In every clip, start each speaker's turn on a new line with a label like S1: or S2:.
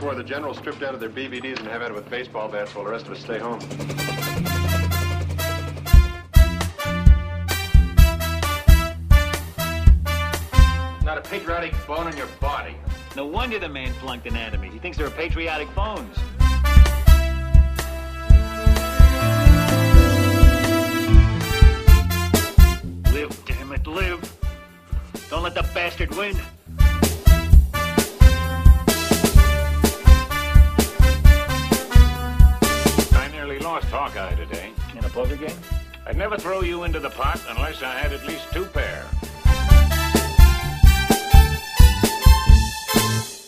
S1: war, the generals stripped out of their BVDs and have at it with baseball bats while the rest of us stay home. Not a patriotic bone in your body.
S2: No wonder the man flunked anatomy. He thinks there are patriotic bones. Live, damn it, live. Don't let the bastard win.
S3: I nearly lost Hawkeye today.
S2: In a poker game?
S3: I'd never throw you into the pot unless I had at least two pair.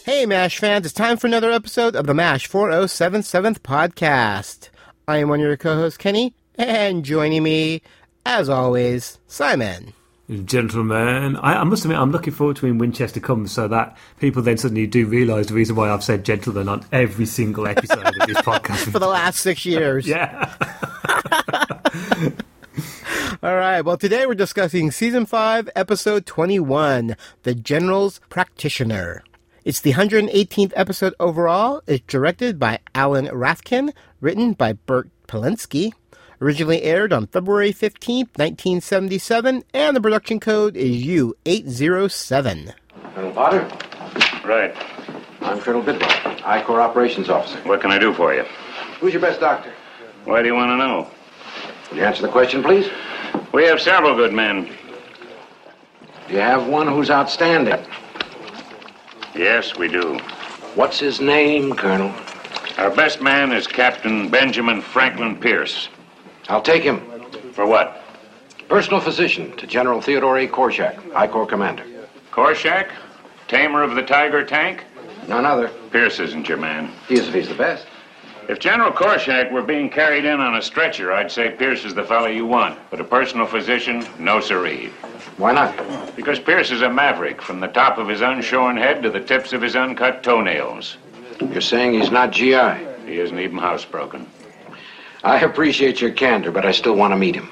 S4: Hey, MASH fans, it's time for another episode of the MASH 4077th podcast. I am one of your co hosts, Kenny, and joining me, as always, Simon.
S5: Gentlemen, I, I must admit, I'm looking forward to when Winchester comes so that people then suddenly do realise the reason why I've said gentlemen on every single episode of this podcast.
S4: For the last six years.
S5: yeah.
S4: All right, well, today we're discussing Season 5, Episode 21 The General's Practitioner. It's the 118th episode overall. It's directed by Alan Rathkin, written by Bert Polensky. Originally aired on February 15th, 1977, and the production code is U807.
S1: Colonel Potter,
S3: Right.
S1: I'm Colonel Bidwell, I Corps Operations Officer.
S3: What can I do for you?
S1: Who's your best doctor?
S3: Why do you want to know?
S1: Will you answer the question, please?
S3: We have several good men.
S1: Do you have one who's outstanding?
S3: Yes, we do.
S1: What's his name, Colonel?
S3: Our best man is Captain Benjamin Franklin Pierce.
S1: I'll take him.
S3: For what?
S1: Personal physician to General Theodore A. Korshak, I Corps Commander.
S3: Korshak? Tamer of the Tiger Tank?
S1: None other.
S3: Pierce isn't your man.
S1: He is if he's the best.
S3: If General Korshak were being carried in on a stretcher, I'd say Pierce is the fellow you want. But a personal physician, no siree.
S1: Why not?
S3: Because Pierce is a maverick from the top of his unshorn head to the tips of his uncut toenails.
S1: You're saying he's not GI.
S3: He isn't even housebroken.
S1: I appreciate your candor, but I still want to meet him.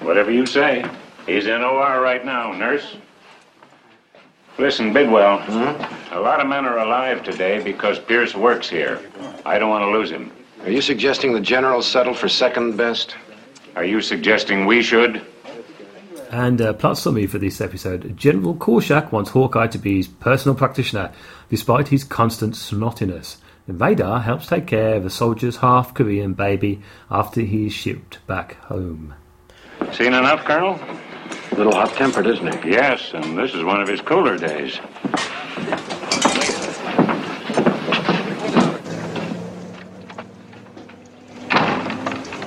S3: Whatever you say. He's in OR right now, nurse. Listen, Bidwell. A lot of men are alive today because Pierce works here. I don't want to lose him.
S1: Are you suggesting the general settle for second best?
S3: Are you suggesting we should?
S5: And uh, plot summary for this episode General Korshak wants Hawkeye to be his personal practitioner, despite his constant snottiness. And Vadar helps take care of a soldier's half Korean baby after he is shipped back home.
S3: Seen enough, Colonel?
S1: A little hot tempered, isn't he?
S3: Yes, and this is one of his cooler days.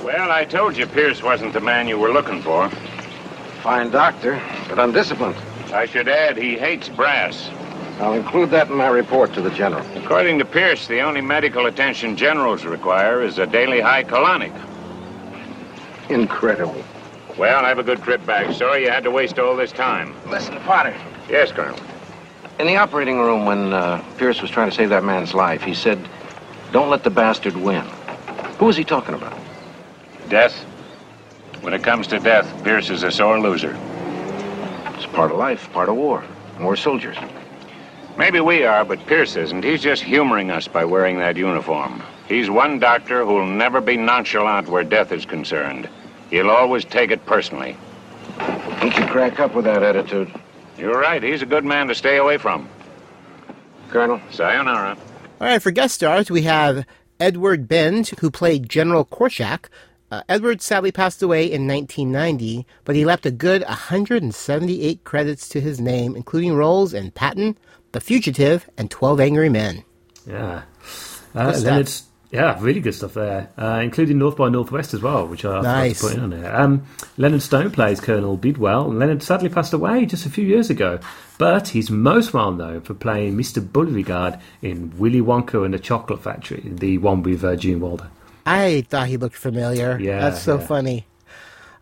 S3: Well, I told you Pierce wasn't the man you were looking for.
S1: Fine doctor, but undisciplined.
S3: I should add, he hates brass.
S1: I'll include that in my report to the general.
S3: According to Pierce, the only medical attention generals require is a daily high colonic.
S1: Incredible.
S3: Well, have a good trip back. Sorry you had to waste all this time.
S1: Listen, Potter.
S3: Yes, Colonel.
S1: In the operating room, when uh, Pierce was trying to save that man's life, he said, Don't let the bastard win. Who was he talking about?
S3: Death? When it comes to death, Pierce is a sore loser.
S1: It's part of life, part of war. More soldiers.
S3: Maybe we are, but Pierce isn't. He's just humoring us by wearing that uniform. He's one doctor who'll never be nonchalant where death is concerned. He'll always take it personally.
S1: He could crack up with that attitude.
S3: You're right. He's a good man to stay away from.
S1: Colonel,
S3: Sayonara.
S4: All right, for guest stars, we have Edward Bend, who played General Korshak. Uh, Edward sadly passed away in 1990, but he left a good 178 credits to his name, including roles in Patton, The Fugitive, and 12 Angry Men.
S5: Yeah. Uh,
S4: Good
S5: then
S4: stuff.
S5: it's yeah, really good stuff there, uh, including North by Northwest as well, which I
S4: Nice.
S5: forgot to put in on there. Um, Leonard Stone plays Colonel Bidwell, and Leonard sadly passed away just a few years ago. But he's most well known for playing Mr. Beauregard in Willy Wonka and the Chocolate Factory, the one with uh, Gene Wilder.
S4: I thought he looked familiar.
S5: Yeah,
S4: That's so
S5: yeah.
S4: funny.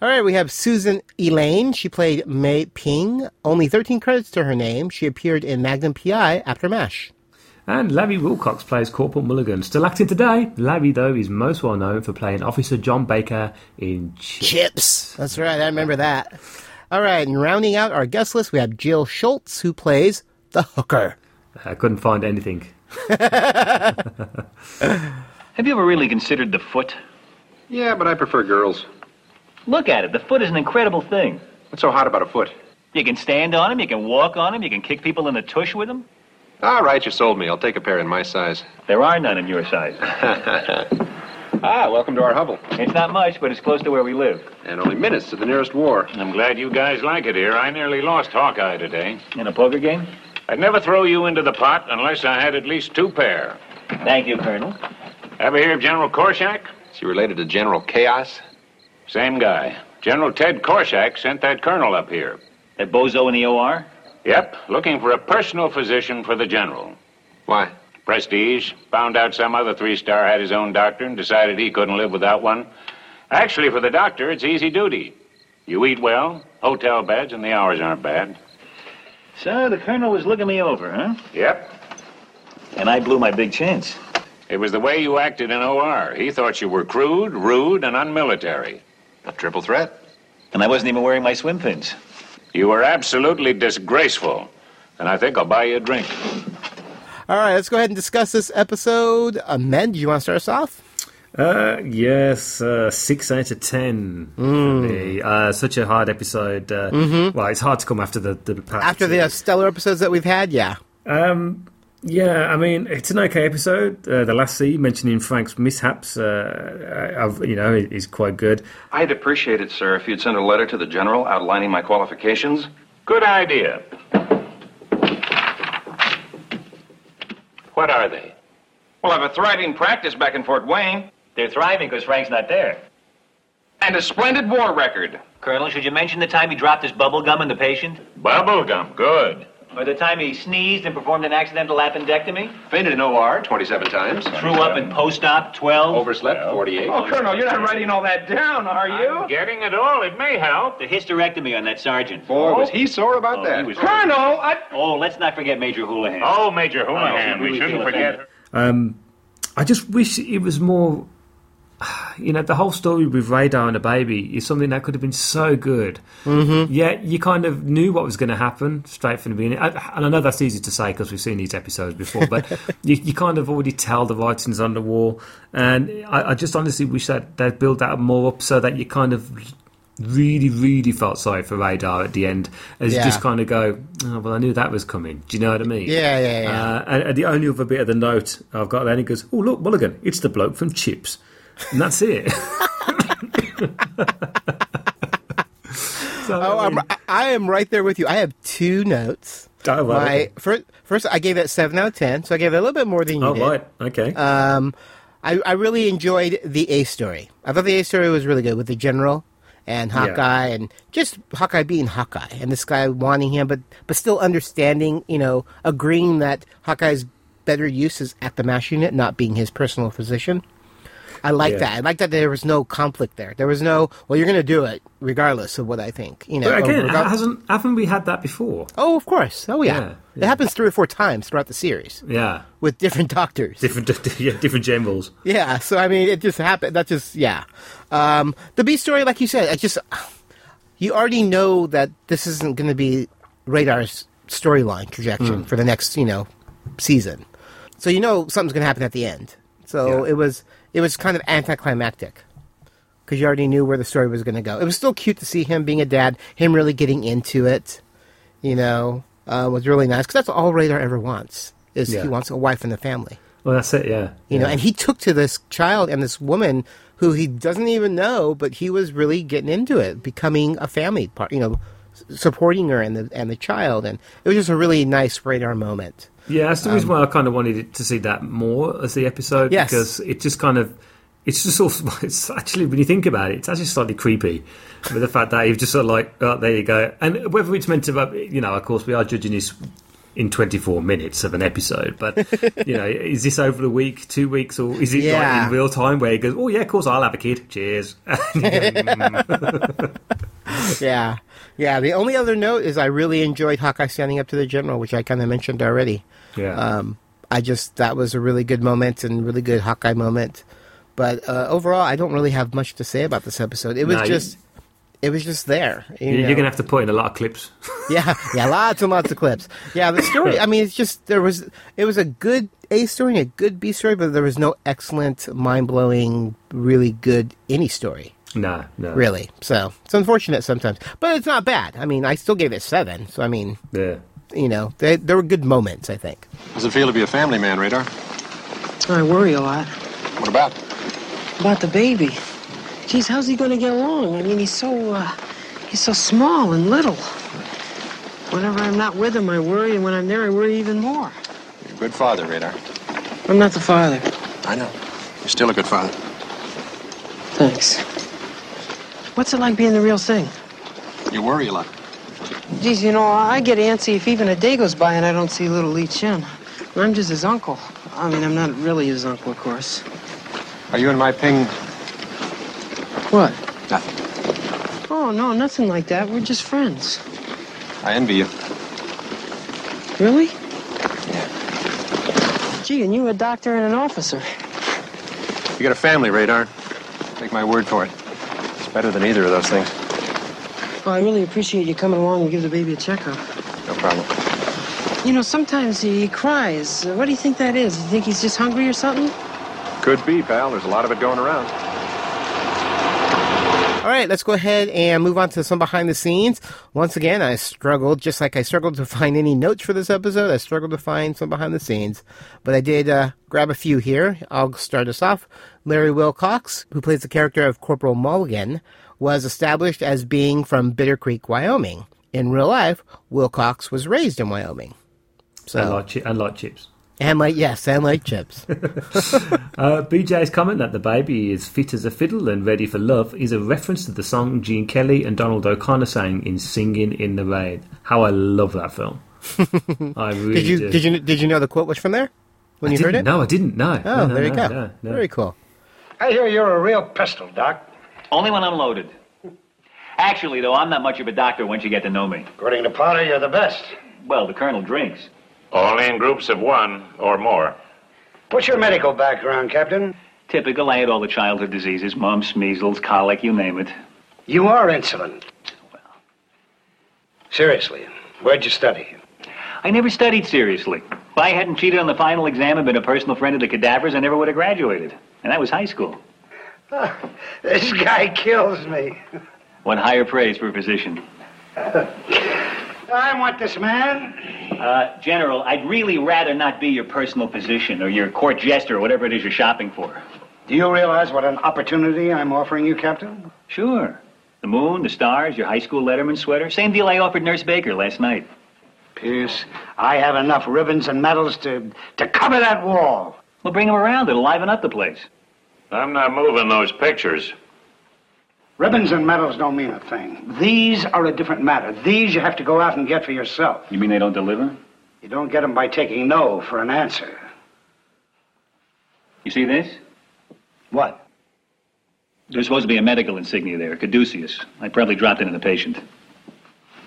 S4: All right, we have Susan Elaine. She played Mei Ping. Only 13 credits to her name. She appeared in Magnum PI after MASH.
S5: And Larry Wilcox plays Corporal Mulligan. Still acting today, Larry, though, is most well known for playing Officer John Baker in Chip.
S4: Chips. That's right. I remember that. All right, and rounding out our guest list, we have Jill Schultz, who plays the hooker.
S5: I couldn't find anything.
S2: Have you ever really considered the foot?
S6: Yeah, but I prefer girls.
S2: Look at it. The foot is an incredible thing.
S6: What's so hot about a foot?
S2: You can stand on him, you can walk on him, you can kick people in the tush with him.
S6: All right, you sold me. I'll take a pair in my size.
S2: There are none in your size.
S6: Ah, welcome to our hovel.
S2: It's not much, but it's close to where we live.
S6: And only minutes to the nearest war.
S3: I'm glad you guys like it here. I nearly lost Hawkeye today.
S2: In a poker game?
S3: I'd never throw you into the pot unless I had at least two pair.
S2: Thank you, Colonel.
S3: Ever hear of General Korshak?
S6: Is he related to General Chaos?
S3: Same guy. General Ted Korshak sent that colonel up here.
S2: That bozo in the OR?
S3: Yep, looking for a personal physician for the general.
S6: Why?
S3: Prestige. Found out some other three star had his own doctor and decided he couldn't live without one. Actually, for the doctor, it's easy duty. You eat well, hotel beds, and the hours aren't bad.
S2: So the Colonel was looking me over, huh?
S3: Yep.
S2: And I blew my big chance.
S3: It was the way you acted in OR. He thought you were crude, rude, and unmilitary.
S6: A triple threat?
S2: And I wasn't even wearing my swim fins.
S3: You were absolutely disgraceful. And I think I'll buy you a drink.
S4: All right, let's go ahead and discuss this episode. Uh, Men, do you want to start us off?
S5: Uh, yes, uh, six out of ten
S4: Hmm.
S5: for me. Uh, such a hard episode. Uh, Well, it's hard to come after the the past
S4: Mm-hmm. After the uh, stellar episodes that we've had, yeah.
S5: Yeah, I mean it's an okay episode. Uh, the last scene mentioning Frank's mishaps, uh, I- I've, you know, is quite good.
S6: I'd appreciate it, sir, if you'd send a letter to the general outlining my qualifications.
S3: Good idea. What are they?
S6: Well, I've a thriving practice back in Fort Wayne
S2: They're thriving because Frank's not there.
S6: and a splendid war record.
S2: Colonel, should you mention the time he dropped his bubble gum in the patient?
S3: Bubblegum, good.
S2: Or the time he sneezed and performed an accidental appendectomy?
S6: Fainted in OR 27 times.
S2: Threw up in post-op 12?
S6: Overslept 48. Oh, Colonel, you're not writing all that down, are you?
S3: Getting it all, it may help.
S2: The hysterectomy on that sergeant.
S6: Boy, was he sore about
S2: Oh,
S6: that.
S2: he was-
S6: Colonel, I...
S2: Oh, let's not forget Major Houlihan.
S3: Oh, Major Houlihan,
S2: Oh,
S3: we
S2: we
S3: shouldn't
S2: feel
S3: forget
S2: offended.
S3: her.
S5: I just wish it was more. You know, the whole story with Radar and the baby is something that could have been so good. Mm-hmm. Yet you kind of knew what was going to happen straight from the beginning. I, and I know that's easy to say because we've seen these episodes before, but you, you kind of already tell the writing's on the wall. And I, I just honestly wish that they'd build that more up so that you kind of really, really felt sorry for Radar at the end. As
S4: Yeah.
S5: you just kind of go, oh, well, I knew that was coming. Do you know what I mean?
S4: Yeah, yeah, yeah.
S5: Uh, and, and the only other bit of the note I've got there, and he goes, "Oh look, Mulligan, it's the bloke from Chips," and that's it. so,
S4: Oh,
S5: I
S4: I'm,
S5: mean,
S4: I- I am right there with you. I have two notes.
S5: Oh, well,
S4: My
S5: okay.
S4: first, first, I gave it seven out of ten, so I gave it a little bit more than you
S5: oh
S4: did.
S5: right, okay.
S4: Um, I, I really enjoyed the A story. I thought the A story was really good with the general and Hawkeye and just Hawkeye being Hawkeye and this guy wanting him, but but still understanding, you know, agreeing that Hawkeye's better use is at the mash unit, not being his personal physician. I like
S5: Yeah.
S4: that. I like that there was no conflict there. There was no, well, you're going to do it regardless of what I think. You know,
S5: but
S4: or
S5: again,
S4: regar-
S5: hasn't haven't we had that before?
S4: oh, of course. Oh, yeah.
S5: Yeah,
S4: It
S5: yeah.
S4: happens three or four times throughout the series
S5: Yeah,
S4: with different doctors.
S5: different, yeah, different generals.
S4: Yeah, so I mean, it just happened. That just yeah. Um, the B story, like you said, I just you already know that this isn't going to be Radar's storyline
S5: Mm.
S4: projection for the next you know season, so you know something's going to happen at the end. So
S5: Yeah.
S4: it was it was kind of anticlimactic because you already knew where the story was going to go. It was still cute to see him being a dad, him really getting into it. You know, uh, was really nice because that's all Radar ever wants is
S5: Yeah.
S4: he wants a wife and a family
S5: Well, that's it. Yeah,
S4: you know
S5: Yeah.
S4: and he took to this child and this woman who he doesn't even know but he was really getting into it becoming a family part you know s- supporting her and the and the child and it was just a really nice radar moment
S5: Yeah, that's the reason why I kind of wanted it to see that more as the episode
S4: Um, Yes.
S5: because it just kind of it's just sort of it's actually when you think about it, it's actually slightly creepy with the fact that you've just sort of like oh, there you go, and whether it's meant to you know, of course, we are judging this in 24 minutes of an episode but you know is this over the week two weeks or is it
S4: Yeah.
S5: like in real time where it goes oh yeah of course i'll have a kid cheers
S4: yeah yeah the only other note is i really enjoyed hawkeye standing up to the general which i kind of mentioned already
S5: yeah
S4: um, i just that was a really good moment and really good hawkeye moment but uh, overall i don't really have much to say about this episode it was
S5: No, you-
S4: just It was just there. you
S5: You're
S4: know.
S5: going to have to put in a lot of clips.
S4: yeah, yeah, lots and lots of clips. Yeah, the story. I mean, it's just there was it was a good A story and a good B story, but there was no excellent, mind blowing, really good any story
S5: no, no.
S4: really. So it's unfortunate sometimes, but it's not bad. I mean, I still gave it seven. So I mean,
S5: Yeah.
S4: you know, they, there were good moments. I think.
S7: How's it feel to be a family man, Radar?
S8: I worry a lot
S7: What about?
S8: about the baby. Geez, how's he gonna get along? I mean, he's so, uh, he's so small and little. Whenever I'm not with him, I worry, and when I'm there, I worry even more.
S7: You're a good father, Radar.
S8: I'm not the father.
S7: I know. You're still a good father.
S8: Thanks. What's it like being the real thing?
S7: You worry a lot.
S8: Geez, you know, I get antsy if even a day goes by and I don't see little Lee Chin. I'm just his uncle. I mean, I'm not really his uncle, of course.
S7: Are you and my ping?
S8: What?
S7: Nothing.
S8: Oh, no, nothing like that. We're just friends.
S7: I envy you.
S8: Really?
S7: Yeah.
S8: Gee, and you a doctor and an officer.
S7: You got a family, Radar. Take my word for it. It's better than either of those things.
S8: Well, I really appreciate you coming along and give the baby a checkup.
S7: No problem.
S8: You know, sometimes he cries. What do you think that is? You think he's just hungry or something?
S7: Could be, pal. There's a lot of it going around.
S4: All right, let's go ahead and move on to some behind the scenes. Once again, I struggled, just like I struggled to find any notes for this episode. I struggled to find some behind the scenes, but I did uh, grab a few here. I'll start us off. Larry Wilcox, who plays the character of Corporal Mulligan, was established as being from Bitter Creek, Wyoming. In real life, Wilcox was raised in Wyoming.
S5: And,
S4: So,
S5: like chi- and like chips.
S4: and like, yes, and like chips.
S5: Uh, BJ's comment that the baby is fit as a fiddle and ready for love is a reference to the song Gene Kelly and Donald O'Connor sang in Singing in the Rain. How I love that film. I really
S4: Did you,
S5: do.
S4: did you, did you know the quote was from there when
S5: I
S4: you heard
S5: didn't-
S4: it?
S5: No, I didn't. No.
S4: Oh, there you go.
S5: No, no.
S4: Very cool.
S9: I hear you're a real pistol, Doc.
S2: Only when I'm loaded. Actually, though, I'm not much of a doctor once you get to know me.
S9: According to Potter, you're the best.
S2: Well, the colonel drinks.
S3: Only in groups of one or more.
S9: What's your medical background, Captain?
S2: Typical, I had all the childhood diseases mumps, measles, colic, you name it.
S9: You are insolent. Seriously, where'd you study?
S2: I never studied seriously. If I hadn't cheated on the final exam and been a personal friend of the cadavers, I never would have graduated. And that was high school.
S9: This guy kills me.
S2: What higher praise for a physician?
S9: I want this man.
S2: Uh, General, I'd really rather not be your personal physician or your court jester or whatever it is you're shopping for.
S9: Do you realize what an opportunity I'm offering you, Captain?
S2: Sure. The moon, the stars, your high school letterman sweater. Same deal I offered Nurse Baker last night.
S9: Pierce, I have enough ribbons and medals to, to cover that wall.
S2: Well, bring them around. It'll liven up the place.
S3: I'm not moving those pictures.
S9: Ribbons and medals don't mean a thing. These are a different matter. These you have to go out and get for yourself.
S2: You mean they don't deliver?
S9: You don't get them by taking no for an answer.
S2: You see this?
S9: What?
S2: There's supposed to be a medical insignia there, caduceus. I probably dropped it in a patient.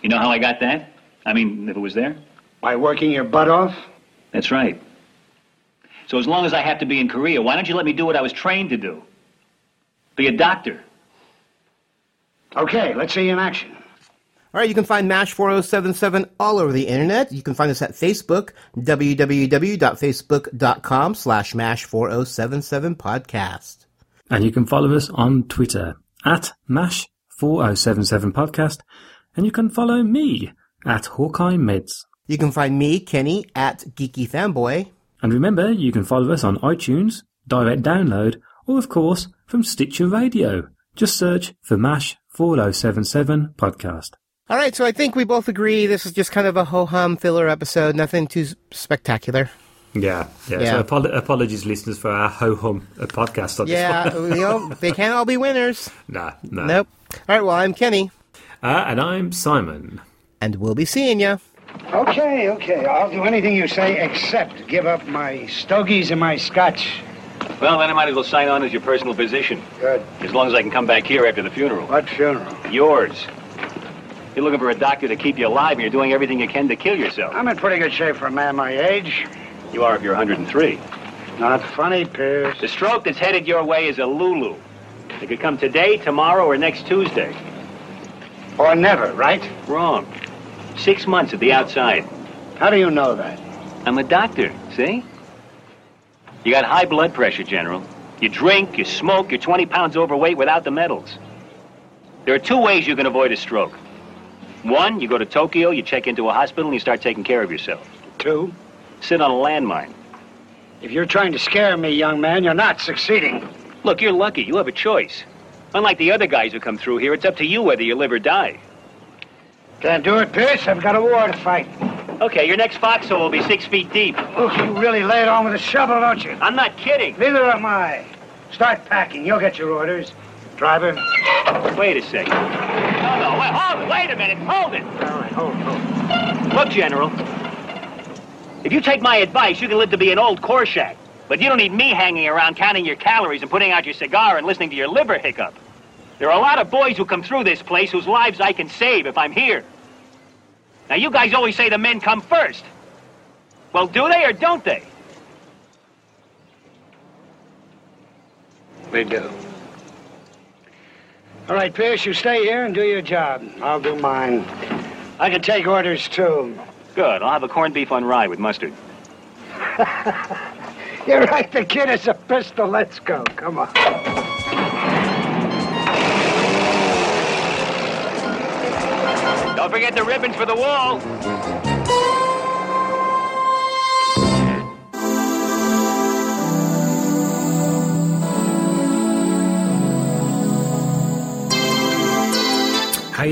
S2: You know how I got that? I mean, if it was there?
S9: By working your butt off?
S2: That's right. So as long as I have to be in Korea, why don't you let me do what I was trained to do? Be a doctor.
S9: Okay, let's see you in action.
S4: All right, you can find MASH 4077 all over the internet. You can find us at Facebook, www.facebook.com slash MASH 4077 podcast.
S5: And you can follow us on Twitter at MASH4077podcast. And you can follow me at Hawkeye Meds.
S4: You can find me, Kenny, at Geeky Fanboy.
S5: And remember, you can follow us on iTunes, direct download, or of course from Stitcher Radio. Just search for MASH 4077 podcast.
S4: All right, so I think we both agree this is just kind of a ho-hum filler episode, nothing too s- spectacular.
S5: Yeah, yeah.
S4: Yeah.
S5: So apol- apologies, listeners, for our ho hum podcast on
S4: Yeah,
S5: this one.
S4: you know, they can't all be winners.
S5: nah, nah.
S4: Nope. All right, well, I'm Kenny,
S5: Uh, and I'm Simon.
S4: and we'll be seeing ya.
S9: Okay, okay. I'll do anything you say except give up my stogies and my scotch.
S2: Well, then I might as well sign on as your personal physician,
S9: Good.
S2: as long as I can come back here after the funeral.
S9: What funeral?
S2: Yours. You're looking for a doctor to keep you alive, and you're doing everything you can to kill yourself.
S9: I'm in pretty good shape for a man my age.
S2: You are if you're 103.
S9: Not funny, Pierce.
S2: The stroke that's headed your way is a Lulu. It could come today, tomorrow, or next Tuesday.
S9: Or never, right?
S2: Wrong. Six months at the outside.
S9: How do you know that?
S2: I'm a doctor, see? You got high blood pressure, General. You drink, you smoke, you're 20 pounds overweight without the medals. There are two ways you can avoid a stroke. One, you go to Tokyo, you check into a hospital, and you start taking care of yourself.
S9: Two.
S2: Sit on a landmine.
S9: If you're trying to scare me, young man, you're not succeeding.
S2: Look, you're lucky. You have a choice. Unlike the other guys who come through here, it's up to you whether you live or die.
S9: Can't do it, Pierce. I've got a war to fight.
S2: Okay, your next foxhole will be six feet deep.
S9: Oof, you really lay it on with a shovel, don't you?
S2: I'm not kidding.
S9: Neither am I. Start packing. You'll get your orders. Driver.
S2: Wait a second. No, no, wait, hold it. Wait a minute. Hold it.
S9: All right, hold, hold.
S2: Look, General. If you take my advice, you can live to be an old Korshak. But you don't need me hanging around counting your calories and putting out your cigar and listening to your liver hiccup. There are a lot of boys who come through this place whose lives I can save if I'm here. Now, you guys always say the men come first. Well, do they or don't they?
S9: They do. All right, Pierce, you stay here and do your job. I'll do mine. I can take orders, too.
S2: Good. I'll have a corned beef on rye with mustard.
S9: You're right, the kid is a pistol. Let's go. Come on.
S2: Don't forget the ribbons for the wall.
S5: Hey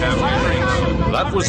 S10: That was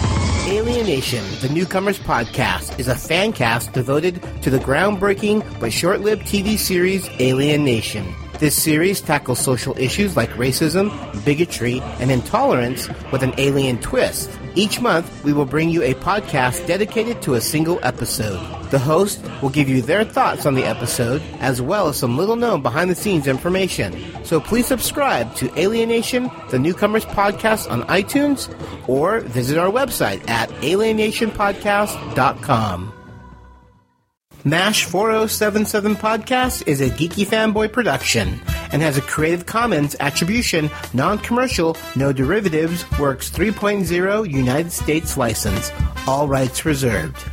S4: Alienation, the Newcomers Podcast, is a fan cast devoted to the groundbreaking but short lived TV series Alienation. This series tackles social issues like racism, bigotry, and intolerance with an alien twist. Each month, we will bring you a podcast dedicated to a single episode. The host will give you their thoughts on the episode, as well as some little known behind the scenes information. So please subscribe to Alienation, the Newcomers Podcast on iTunes, or visit our website at alienationpodcast.com. MASH 4077 Podcast is a geeky fanboy production and has a Creative Commons Attribution, Non Commercial, No Derivatives, Works 3.0 United States license. All rights reserved.